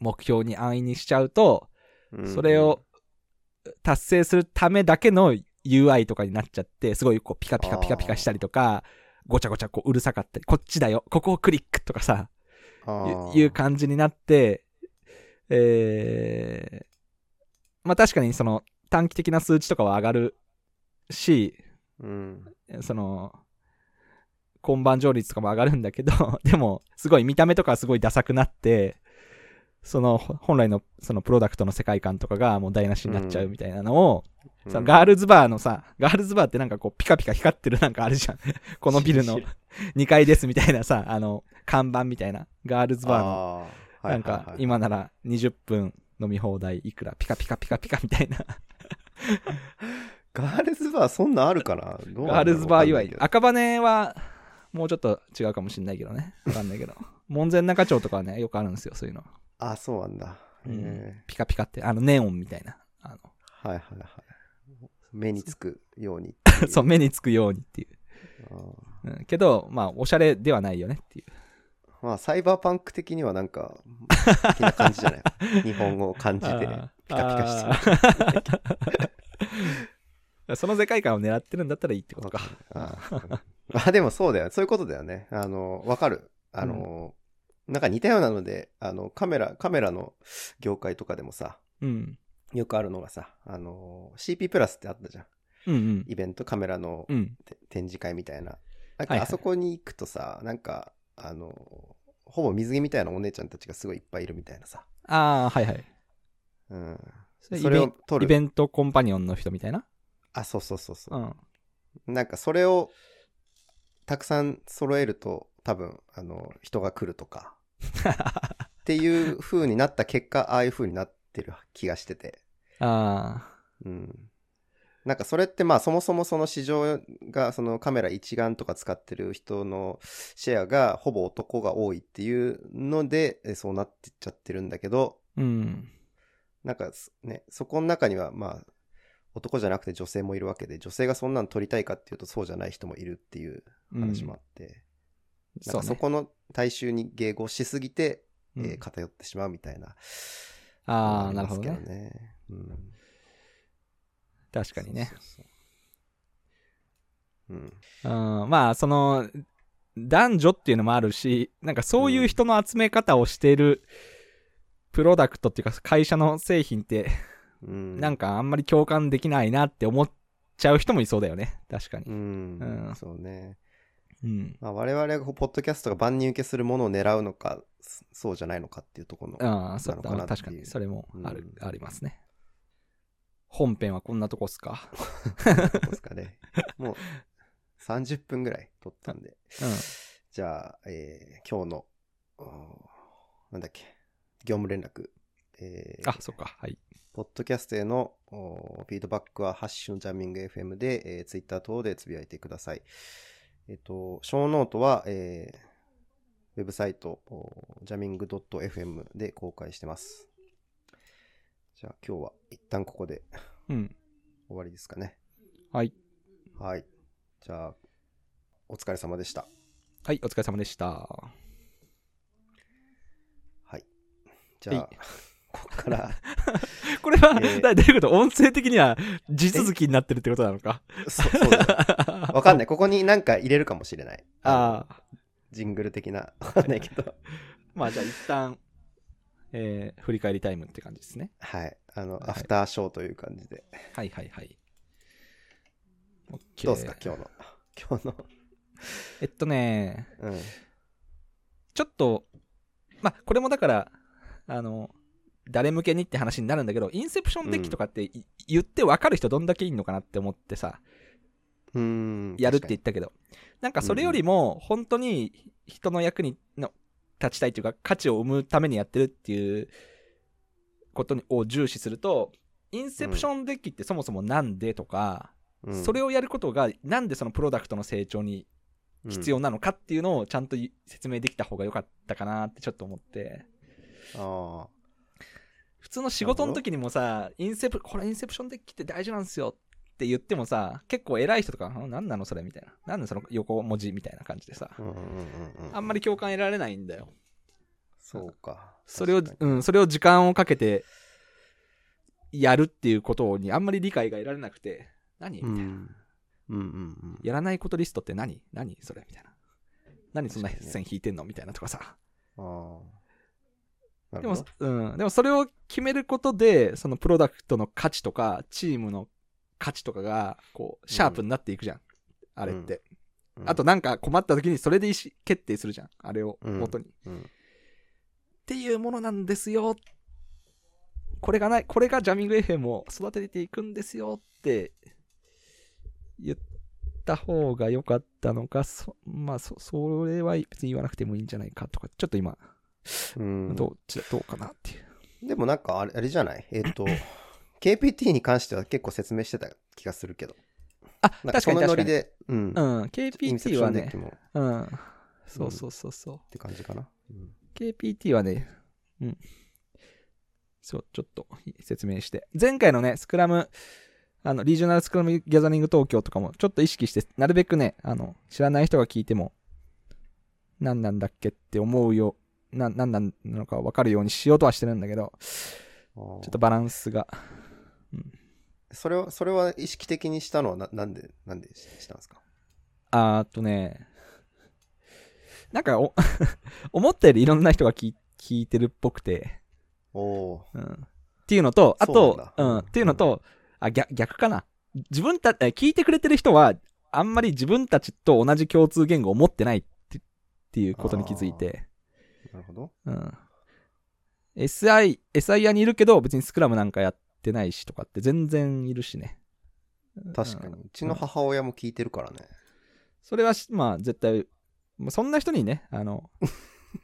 S1: 目標に安易にしちゃうと、
S2: うん
S1: それを達成するためだけの UI とかになっちゃって、すごいこうピカピカピカピカしたりとか、ごちゃごちゃこううるさかったり、こっちだよ、ここをクリックとかさ、
S2: あー
S1: いういう感じになって、えー、まあ確かにその短期的な数値とかは上がるし、
S2: うん。
S1: その、今晩上率とかも上がるんだけど、 でも、すごい見た目とかはすごいダサくなって、その、ほ本来のそのプロダクトの世界観とかがもう台無しになっちゃうみたいなのを、そのガールズバーのさ、ガールズバーってなんかこうピカピカ光ってるなんかあるじゃん。 このビルの
S2: 知る
S1: 2階ですみたいなさ、あの、看板みたいな、ガールズバーの
S2: あーは
S1: ないん
S2: はいはい
S1: か今なら20分飲み放題いくらピカピカピカピカみたいな
S2: ガールズバーそんなんあるかなどうな
S1: ガー
S2: んだ
S1: ル
S2: ろう
S1: ズバー
S2: わかんないけ
S1: 祝い
S2: ど
S1: 赤羽はもうちょっと違うかもしんないけどねわかんないけ ど門前仲町とかはねよくあるんですよそういうの、
S2: あ、そうなんだ。
S1: う
S2: へ
S1: ん
S2: え
S1: ピカピカってあのネオンみたいなあ
S2: はいはいはい。目につくように。
S1: のそう目につくようにっていう、
S2: あー
S1: うん、けどまあおしゃれではないよね っていう
S2: まあ、サイバーパンク的にはなんか、的な感じじゃない 日本語を感じて、ピカピカしてる。
S1: して るその世界観を狙ってるんだったらいいってことか
S2: あーあ、でもそうだよ。そういうことだよね。あの、わかる。あの、なんか似たようなので、あの、カメラ、カメラの業界とかでもさ、
S1: うん。
S2: よくあるのがさ、あの、CP プラスってあったじゃん。
S1: うんうん。
S2: イベント、カメラの
S1: うん。
S2: て展示会みたいな。なん
S1: はい
S2: か
S1: はい
S2: あそこに行くとさ、なんか、あの、ほぼ水着みたいなお姉ちゃんたちがすごいいっぱいいるみたいなさ。
S1: ああ、はいはい。
S2: うん。
S1: それ
S2: それを撮
S1: イ
S2: る。
S1: ベントコンパニオンの人みたいな。
S2: あ、そうそうそうそうう。
S1: ん。
S2: なんかそれをたくさん揃えると多分あの人が来る とかっていう風になった結果ああいう風になってる気がしてて、
S1: あ
S2: うん、なんかそれってまあそもそもその市場がそのカメラ一眼とか使ってる人のシェアがほぼ男が多いっていうのでえそうなってっちゃってるんだけど
S1: あ、うん。
S2: なんかすねそこの中にはまあ男じゃなくて女性もいるわけで女性がそんなん撮りたいかっていうとそうじゃない人もいるっていう
S1: うん
S2: 話もあって、なん
S1: そう
S2: かそ
S1: ね。
S2: この大衆に迎合しすぎて、
S1: うん
S2: えー偏ってしまうみたいな。
S1: ああ、
S2: り
S1: なる
S2: ま
S1: ほ
S2: す
S1: ど
S2: けど
S1: ね。
S2: ね。うん、
S1: 確かにね。
S2: そうそうそう。うん。
S1: うん、まあその男女っていうのもあるしなんかそういう人の集め方をしているプロダクトっていうか会社の製品って
S2: うん、
S1: なんかあんまり共感できないなって思っちゃう人もいそうだよね確か
S2: う
S1: に、
S2: ん、
S1: うん
S2: そうね。
S1: うん
S2: まあ、我々がこうポッドキャストが万人受けするものを狙うのか、そそうじゃないのかっていうところの。
S1: ああそうだ
S2: なの
S1: な
S2: かなって
S1: 確
S2: いう
S1: かにそれもある、
S2: うん
S1: ありますね本編はこんなとこっすか、
S2: どうですか ね。もう30分ぐらい撮ったんで。
S1: う
S2: じゃあ、えー今日の、おーなんだっけ、業務連絡。え
S1: ん、
S2: ー
S1: あそうかはい
S2: ポッドキャストへのおーフィードバックは、ハッシュのジャミング FM で、えー、ツイッター等でつぶやいてください。えっ、と、ショーノートは、えーウェブサイト、おージャミング .fm で公開してます。じゃあ、今日は一旦ここで
S1: うん
S2: 終わりですかね。
S1: はい
S2: はい。じゃあ、お疲れ様でした。
S1: はいお疲れ様でした
S2: はい。じゃあ
S1: はい、
S2: ここから、
S1: これは、
S2: えー
S1: だどういうこと音声的には地続きになってるってことなのか
S2: そそうだね。わかんない。ここになんか入れるかもしれない。
S1: ああ
S2: ジングル的な。わかんないけど。
S1: まあじゃあ一旦、えー振り返りタイムって感じですね。
S2: はい。あの、
S1: はい
S2: アフターショーという感じで。
S1: はいはいはい。OK
S2: どうですか、今 日の。今日の。
S1: えっとね、
S2: うん。
S1: ちょっと、まあこれもだから、あの、誰向けにって話になるんだけど、インセプションデッキとかってい、言って分かる人どんだけいんのかなって思ってさ、
S2: うーん。
S1: やるって言っ
S2: 確
S1: たけど、なんかそれよりも、本当に人の役にの立ちたいというか、価値を生むためにやってるっていうことにを重視すると、インセプションデッキってそもそもなんでとか、
S2: かに、
S1: それ
S2: を
S1: をやることがなんでそのプロダクトの成長に必要なのかっていうのをちゃんとい説明できた方が良かったかなってちょっと思って。
S2: あ
S1: 普通の仕事の時にもさ、インセプ、これインセプションデッキって大事なんですよって言ってもさ、結構偉い人とか、ん何なのそれみたいな。何でその横文字みたいな感じでさ
S2: あ。。うんうんうんうん。
S1: あんまり共感得られないんだよ。
S2: そうか。
S1: それを
S2: 確、か
S1: う
S2: に
S1: ん、それを時間をかけてやるっていうことにあんまり理解が得られなくて、何み
S2: う
S1: たいな。
S2: ん。うんうんうん。
S1: やらないことリストって何何それみたいな。何そんな
S2: 確かにね
S1: 線引いてんのみたいなとかさ。
S2: あーな
S1: で
S2: るほ
S1: も
S2: ど。、
S1: うん。でもそれを決めることで、そのプロダクトの価値とか、チームの価値とかが、こう、シャープになっていくじゃん。あれって。
S2: うん
S1: あと、なんか困った時にそれで意思決定するじゃん。あれを元に。っ
S2: うん。
S1: ていうものなんですよ。これがない、これがジャミング FM を育てていくんですよって言った方が良かったのか、そまあそ、それは別に言わなくてもいいんじゃないかとか、ちょっと今、
S2: うん
S1: どっちだ、どうかなっていう。
S2: でもなんかあれ、あれじゃないえっ と、KPT に関しては結構説明してた気がするけど。
S1: あ、
S2: な
S1: 確かに
S2: ん
S1: 確
S2: そのノ
S1: か
S2: リ
S1: に。
S2: で、うん
S1: う。ん、
S2: インセプ
S1: KPT
S2: ショ
S1: は
S2: ンデッ
S1: ね
S2: キ、もっ
S1: うん、そうそうそうそう。
S2: て感じかな。うん。
S1: KPT はね、うん。そう、ちょっと説明して。前回のね、スクラム、あの、リージョナルスクラムギャザリング東京とかも、ちょっと意識して、なるべくね、あの、知らない人が聞いても、何なんだっけって思うよ、な、何なんなのか分かるようにしようとはしてるんだけど、
S2: ちょ
S1: ちょっとバランスが。
S2: それは、それは意識的にしたのはななんで、なんでししたんですか
S1: あーっとね、なんかお 思ったよりいろんな人が聞い聞いてるっぽくて、
S2: おお
S1: うん、っていうのと、あ
S2: そう
S1: と
S2: なんだ、
S1: うん、っていうのと、あ逆逆かな。自分たえ聞いてくれてる人は、あんまり自分たちと同じ共通言語を持ってないってっていうことに気づいて、
S2: ー。なるほど。
S1: うん、SI、SIR にいるけど、別にスクラムなんかやってないしとかって全然いるしね。
S2: 確かに。うちの母親も聞いてるからね。
S1: それはし、まあ、絶対、まあそんな人にね、あの、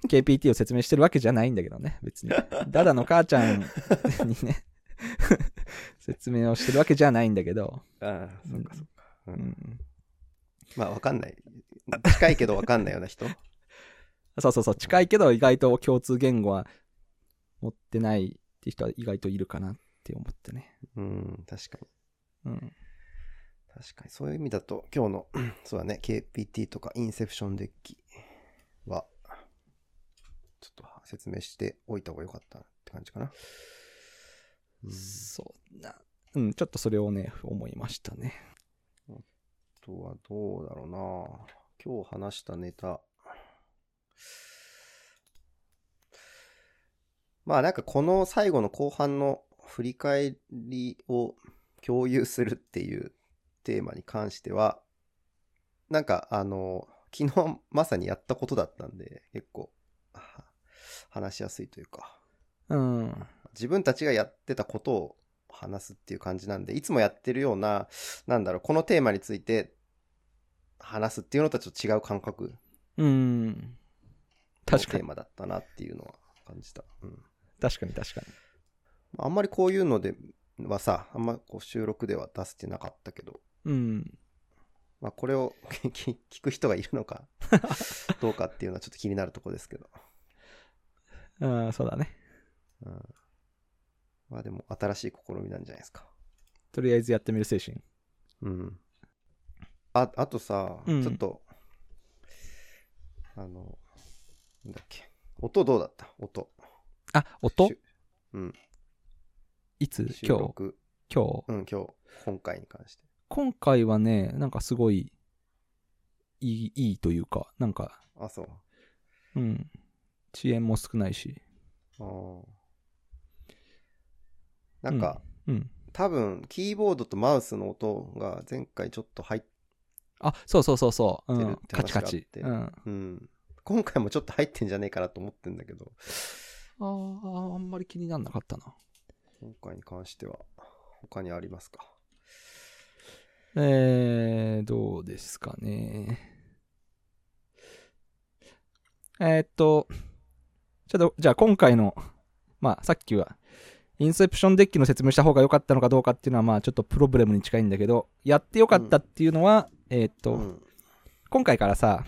S1: KPT を説明してるわけじゃないんだけどね、別に。ダダの母ちゃんにね、説明をしてるわけじゃないんだけど。
S2: ああ、
S1: そっかそっう
S2: うん
S1: ん、
S2: まあ、わかんない。近いけどわかんないような人。
S1: そうそうそう、近いけど意外と共通言語は持ってないって人は意外といるかなって思ってね。
S2: うん、確かに。
S1: うん。
S2: 確かに。そういう意味だと、今日の、 そうだね、KPT とかインセプションデッキは、ちょっと説明しておいた方がよかったなって感じかな。うん
S1: そうな、うん、ちょっとそれをね、思いましたね。
S2: あとはどうだろうな今日話したネタ。まあなんかこの最後の後半の振り返りを共有するっていうテーマに関しては、なんかあの、昨日まさにやったことだったんで、結構は話しやすいというか、
S1: うん。
S2: 自分たちがやってたことを話すっていう感じなんで、いつもやってるような、なんだろう、このテーマについて話すっていうのとはちょっと違う感覚
S1: うん。
S2: の
S1: 確か
S2: テー
S1: に、
S2: マだったなっていうのは感じた。うん、
S1: 確かに確かに。
S2: あんまりこういうのではさ、あんまこう収録では出せてなかったけど、
S1: うん。
S2: まあ、これを 聞く人がいる のかどうかっていうのはちょっと気になるところですけど。
S1: うん、そうだね。
S2: うん、まあでも新しい試みなんじゃないですか。
S1: とりあえずやってみる精神。
S2: うん。あ、あとさ、
S1: うん
S2: ちょっと、あの、なんだっけ。音どうだった音。
S1: あ、音
S2: しゅうん。
S1: いつ
S2: 収
S1: 今日
S2: 録。
S1: 今日、
S2: うん、今日、今回に関して。
S1: 今回はね、なんかすごい、いい、いいというか、なんか、
S2: あ、そう。
S1: うん。遅延も少ないし。
S2: あーなんか、
S1: うん。
S2: 多分、キーボードとマウスの音が前回ちょっと入っ
S1: あ、そうそうそうそう。う
S2: 出る
S1: ん
S2: っ、て
S1: カチ
S2: 話が
S1: カ
S2: あっ
S1: チ。
S2: て
S1: うん。
S2: うん。今回もちょっと入ってんじゃねえかなと思ってんだけど、
S1: あーあんまり気になんなかったな。
S2: 今回に関しては、他にありますか
S1: えー、どうですかね。えーっと、ちょっと、じゃあ今回の、まあさっきは、インセプションデッキの説明した方が良かったのかどうかっていうのは、まあちょっとプロブレムに近いんだけど、やって良かったっていうのは、えーっと、
S2: うん。
S1: 今回からさ、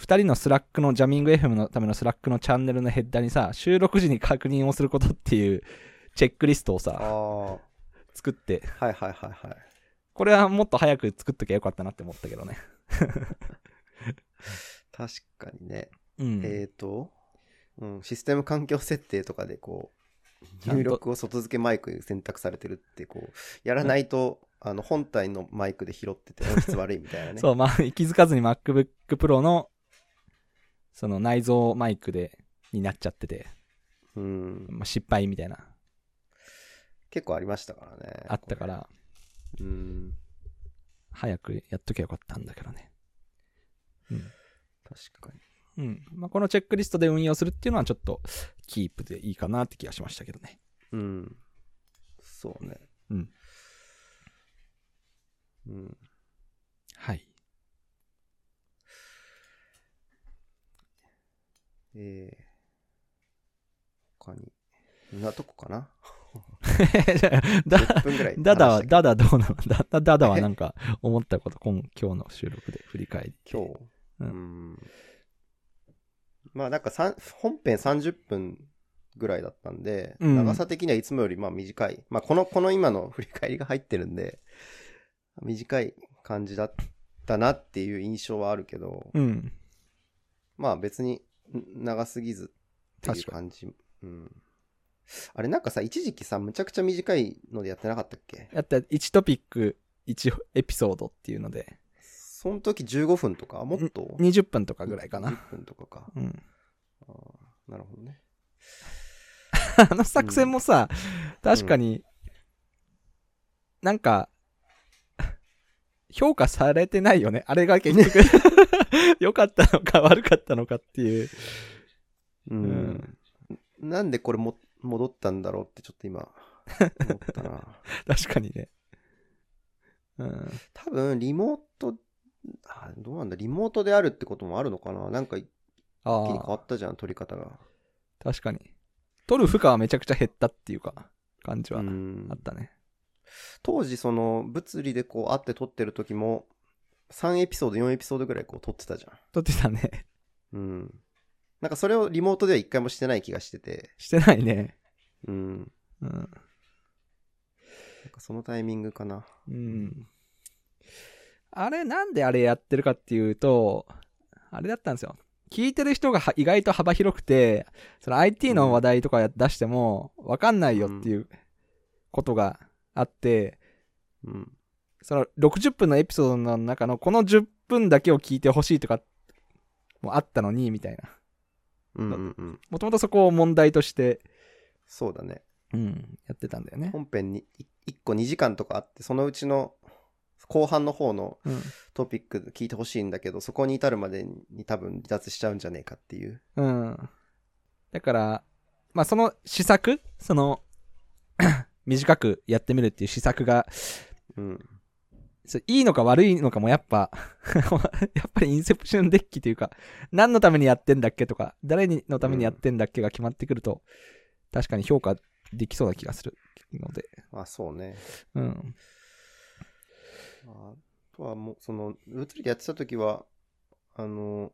S1: 2人のスラックの、ジャミング FM のためのスラックのチャンネルのヘッダーにさ、収録時に確認をすることっていうチェックリストを
S2: あ
S1: さ、
S2: あ、は
S1: 作って、
S2: いはいはいはい。
S1: これはもっと早く作っときゃよかったなって思ったけどね。
S2: 確かにね。
S1: うん
S2: えーと、うん、システム環境設定とかでこ
S1: ち
S2: う
S1: ゃんと
S2: 入力を外付けマイク選択されてるってこうやらないと、あの本体のマイクで拾って て音質悪いみたいなね
S1: そう、まあ、 気づかずに MacBook Pro の、その内蔵マイクで、になっちゃってて、
S2: うん、
S1: まあ、失敗みたいな、
S2: 結構ありましたからね
S1: あったから、
S2: うん
S1: 早くやっときゃよかったんだけどね。うん。
S2: 確かに
S1: うん。まあ、このチェックリストで運用するっていうのは、ちょっと、キープでいいかなって気がしましたけどね。
S2: うんそうね
S1: うん。
S2: うん
S1: はい。
S2: えー、他にこんなとこかな
S1: だ、
S2: 10分ぐらい
S1: だだは、
S2: 話し
S1: だ
S2: た
S1: だどうなの だだ、だだはなんか、思ったこと、今今日の収録で振り返り。
S2: 今日。
S1: う
S2: うんん。まあなんかさん本編30分ぐらいだったんで、
S1: うん
S2: 長さ的にはいつもよりまあ短い。まあこの、この今の振り返りが入ってるんで、短い感じだったなっていう印象はあるけど、
S1: うん。
S2: まあ別にん長すぎずっていう
S1: 確か
S2: 感じ。うん。あれなんかさ、一時期さ、むちゃくちゃ短いのでやってなかったっけ
S1: やった1トピック1エピソードっていうので
S2: その時15分とか、もっと
S1: 20分とかぐらいかな。
S2: 10分とかか。
S1: うん、
S2: あーなるほどね。
S1: あの作戦もさ、確かに、なんか、評価されてないよね。あれが結 局、良かったのか悪かったのかっていう。
S2: うん。なんでこれも戻ったんだろうってちょっと今、思ったな。
S1: 確かにね。うん。
S2: 多分、リモート、あどうなんだ、リモートであるってこともあるのかななんか一気に変
S1: あ
S2: わ
S1: あ、
S2: ったじゃん、取り方が。
S1: 確かに。取る負荷はめちゃくちゃ減ったっていうか、感じは
S2: うん
S1: あったね。
S2: 当時、その、物理でこう、会って撮ってる時も、3エピソード、4エピソードぐらいこう、撮ってたじゃん。
S1: 取ってたね。
S2: うん。なんかそれをリモートでは一回もしてない気がしてて、
S1: してないね。
S2: うん。
S1: うん。
S2: なんかそのタイミングかな。
S1: うん。あれ、なんであれやってるかっていうと、あれだったんですよ。聞いてる人がは意外と幅広くて、その IT の話題とかや出しても、わかんないよっていうことがあって、
S2: うん。
S1: その60分のエピソードの中のこの10分だけを聞いてほしいとか、もあったのに、みたいな。
S2: うんうんうん。
S1: もともとそこを問題として、
S2: そうだね。
S1: うん、やってたんだよね。
S2: 本編に1個2時間とかあって、そのうちの後半の方の
S1: うん。
S2: トピック聞いてほしいんだけど、そこに至るまでに多分離脱しちゃうんじゃねえかっていう。
S1: うん。だから、まあその試作、その、 短くやってみるっていう試作が、
S2: うん。
S1: そういいのか悪いのかもやっぱ、 やっぱりインセプションデッキというか、何のためにやってんだっけとか、誰にのためにやってんだっけが決まってくると、確かに評価できそうな気がするので、
S2: まあそうね。
S1: うん。
S2: あとはもう、その、物理でやってた時は、あの、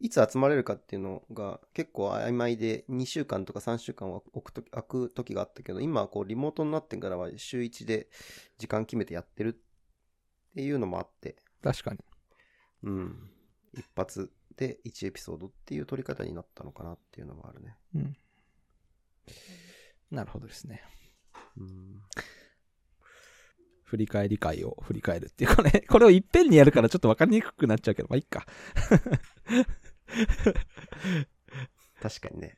S2: いつ集まれるかっていうのが結構曖昧で2週間とか3週間は置くとき空く時があったけど、今はこうリモートになってからは週1で時間決めてやってるっていうのもあって、
S1: 確かに。
S2: うん。一発で1エピソードっていう取り方になったのかなっていうのもあるね。
S1: うん。なるほどですね。
S2: うん。
S1: 振り返り会を振り返るっていう、これ、これをいっぺんにやるからちょっと分かりにくくなっちゃうけど、まあいっか。
S2: 確かにね。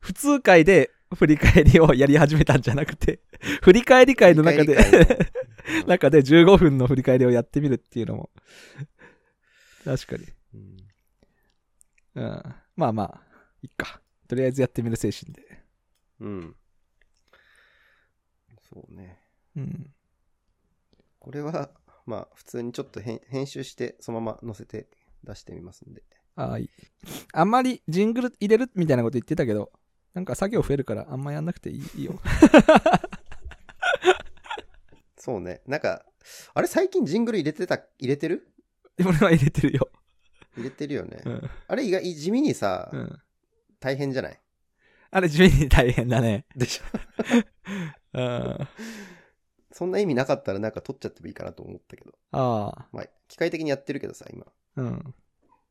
S1: 普通会で振り返りをやり始めたんじゃなくて、 振り返り会の中
S2: 振り返り
S1: で、
S2: 会 の
S1: 中で15分の振り返りをやってみるっていうのも、確かに。
S2: うん
S1: うん。まあまあ、いっか。とりあえずやってみる精神で。
S2: うん。そうね。
S1: うん。
S2: これは、まあ、普通にちょっと編編集して、そのまま載せて出してみますんで。
S1: はい。あんまりジングル入れるみたいなこと言ってたけど、なんか作業増えるからあんまやんなくていいいいよ。
S2: そうね。なんか、あれ最近ジングル入れてた、入れてる
S1: 俺は入れてるよ。
S2: 入れてるよね。
S1: うん。
S2: あれ意外、地味にさ、
S1: うん。
S2: 大変じゃない
S1: あれ地味に大変だね。
S2: でしょ。
S1: うん。あ
S2: そんな意味なかったらなんか撮っちゃってもいいかなと思ったけど。
S1: あ。
S2: まあ、機械的にやってるけどさ、今。
S1: うん。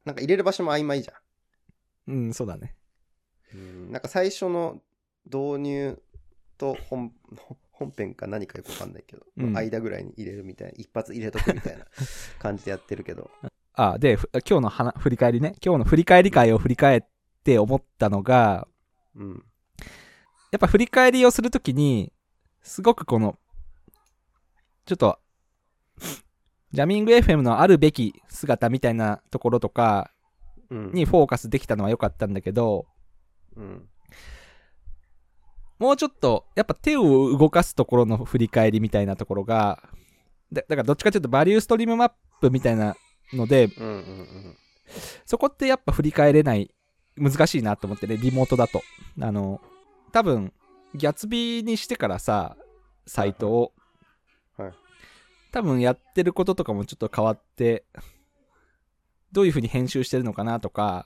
S2: なんか入れる場所も曖昧じゃ
S1: うん、そうだね。
S2: ん。うん。なんか最初の導入と本、 本編か何かよくわかんないけど、
S1: うん
S2: 間ぐらいに入れるみたいな、一発入れとく みたいな感じでやってるけど。
S1: あ、で、ふ今日の話振り返りね。今日の振り返り会を振り返って思ったのが、
S2: うん。
S1: やっぱ振り返りをするときに、すごくこの、ちょっと、ジャミング FM のあるべき姿みたいなところとか
S2: うん。
S1: にフォーカスできたのは良かったんだけど、
S2: うん。
S1: もうちょっと、やっぱ手を動かすところの振り返りみたいなところが、だだからどっちかというとバリューストリームマップみたいなので、
S2: うんうんうん。
S1: そこってやっぱ振り返れない、難しいなと思ってね、リモートだと。あの、多分、ギャツビーにしてからさ、サイトを、
S2: はい。
S1: 多分やってることとかもちょっと変わって、どういう風に編集してるのかなとか、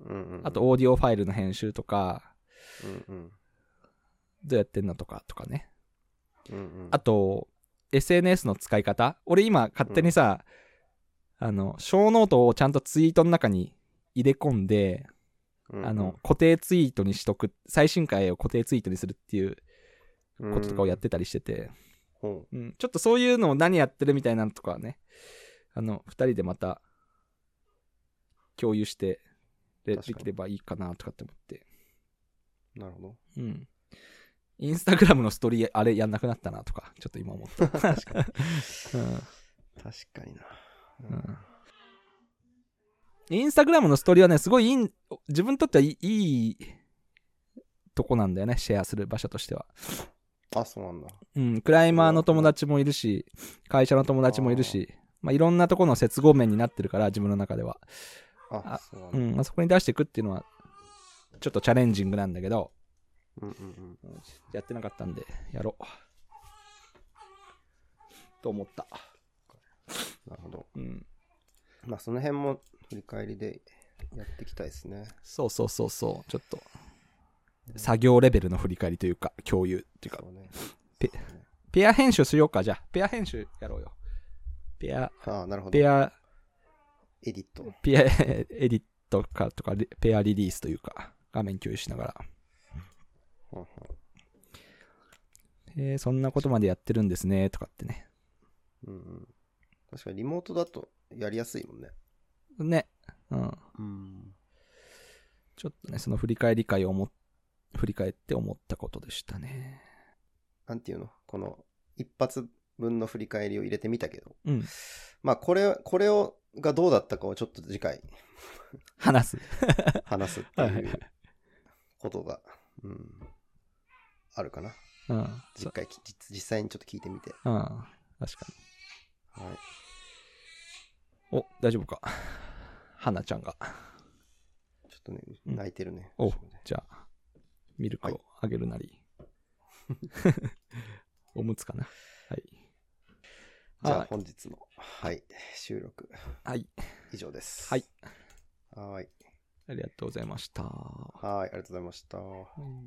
S2: うんうん、
S1: あと、オーディオファイルの編集とか、
S2: うんうん。
S1: どうやってんのとかとかね。
S2: うんうん、
S1: あと、SNS の使い方俺今勝手にさ、あの、小ノートをちゃんとツイートの中に入れ込んで、
S2: うんうん、
S1: あの、固定ツイートにしとく、最新回を固定ツイートにするっていうこととかをやってたりしてて、
S2: うん、
S1: うん、ちょっとそういうのを何やってるみたいなのとかはね、あの、2人でまた共有してで
S2: 確か
S1: で
S2: に
S1: きればいいかなとかって思って。
S2: なるほど。
S1: うん。インスタグラムのストーリーあれやんなくなったなとか、ちょっと今思った。
S2: 確か
S1: う
S2: に。
S1: ん
S2: 確かにな。
S1: うんインスタグラムのストーリーはね、すごいいい、自分にとってはいいいいとこなんだよね、シェアする場所としては。
S2: あ、そうなんだ。
S1: うん、クライマーの友達もいるし、会社の友達もいるし、まあ、いろんなところの接合面になってるから、自分の中では。
S2: あ、
S1: あ
S2: そうなん
S1: う
S2: だ。
S1: ん、まあそこに出していくっていうのは、ちょっとチャレンジングなんだけど、
S2: うんうんうん。
S1: やってなかったんで、やろう。と思った。
S2: なるほど。
S1: うん。
S2: まあ、その辺も振り返りでやっていきたいですね。
S1: そうそうそうそう、ちょっと、作業レベルの振り返りというか、共有っていうか
S2: そ、うね。
S1: ペ
S2: そうね
S1: ペア編集しようか、じゃあ。ペア編集やろうよ。ペア、
S2: ああ、なるほど。
S1: ペ
S2: エ
S1: ア、
S2: ディット。
S1: ペア、エディットかとか、リペアリリースというか、画面共有しながら。
S2: うんうん
S1: えーそんなことまでやってるんですね、とかってね。
S2: うんうん。確かにリモートだとやりやすいもんね。
S1: ね。うん。
S2: うん。
S1: ちょっとね、その振り返り会を思っ振り返って思ったことでしたね。
S2: なんていうのこの一発分の振り返りを入れてみたけど。
S1: うん。
S2: まあ、これ、これを、がどうだったかをちょっと 次回
S1: 話す。
S2: 話すってい
S1: は
S2: うことが、うん、あるかな。
S1: うん。そ
S2: 実回き実実際にちょっと聞いてみて。
S1: うん。確かに。
S2: はい。
S1: お、大丈夫か。花ちゃんが。
S2: ちょっとね、
S1: うん
S2: 泣いてるね。
S1: お
S2: ちょっとね
S1: じゃあ、ミルク
S2: はい
S1: をあげるなり。おむつかな。はい。
S2: じゃあ
S1: はい
S2: 本日の、はい、収録
S1: はい。
S2: 以上です。
S1: はい。
S2: はーい。
S1: ありがとうございました。
S2: はーい、ありがとうございました。
S1: はい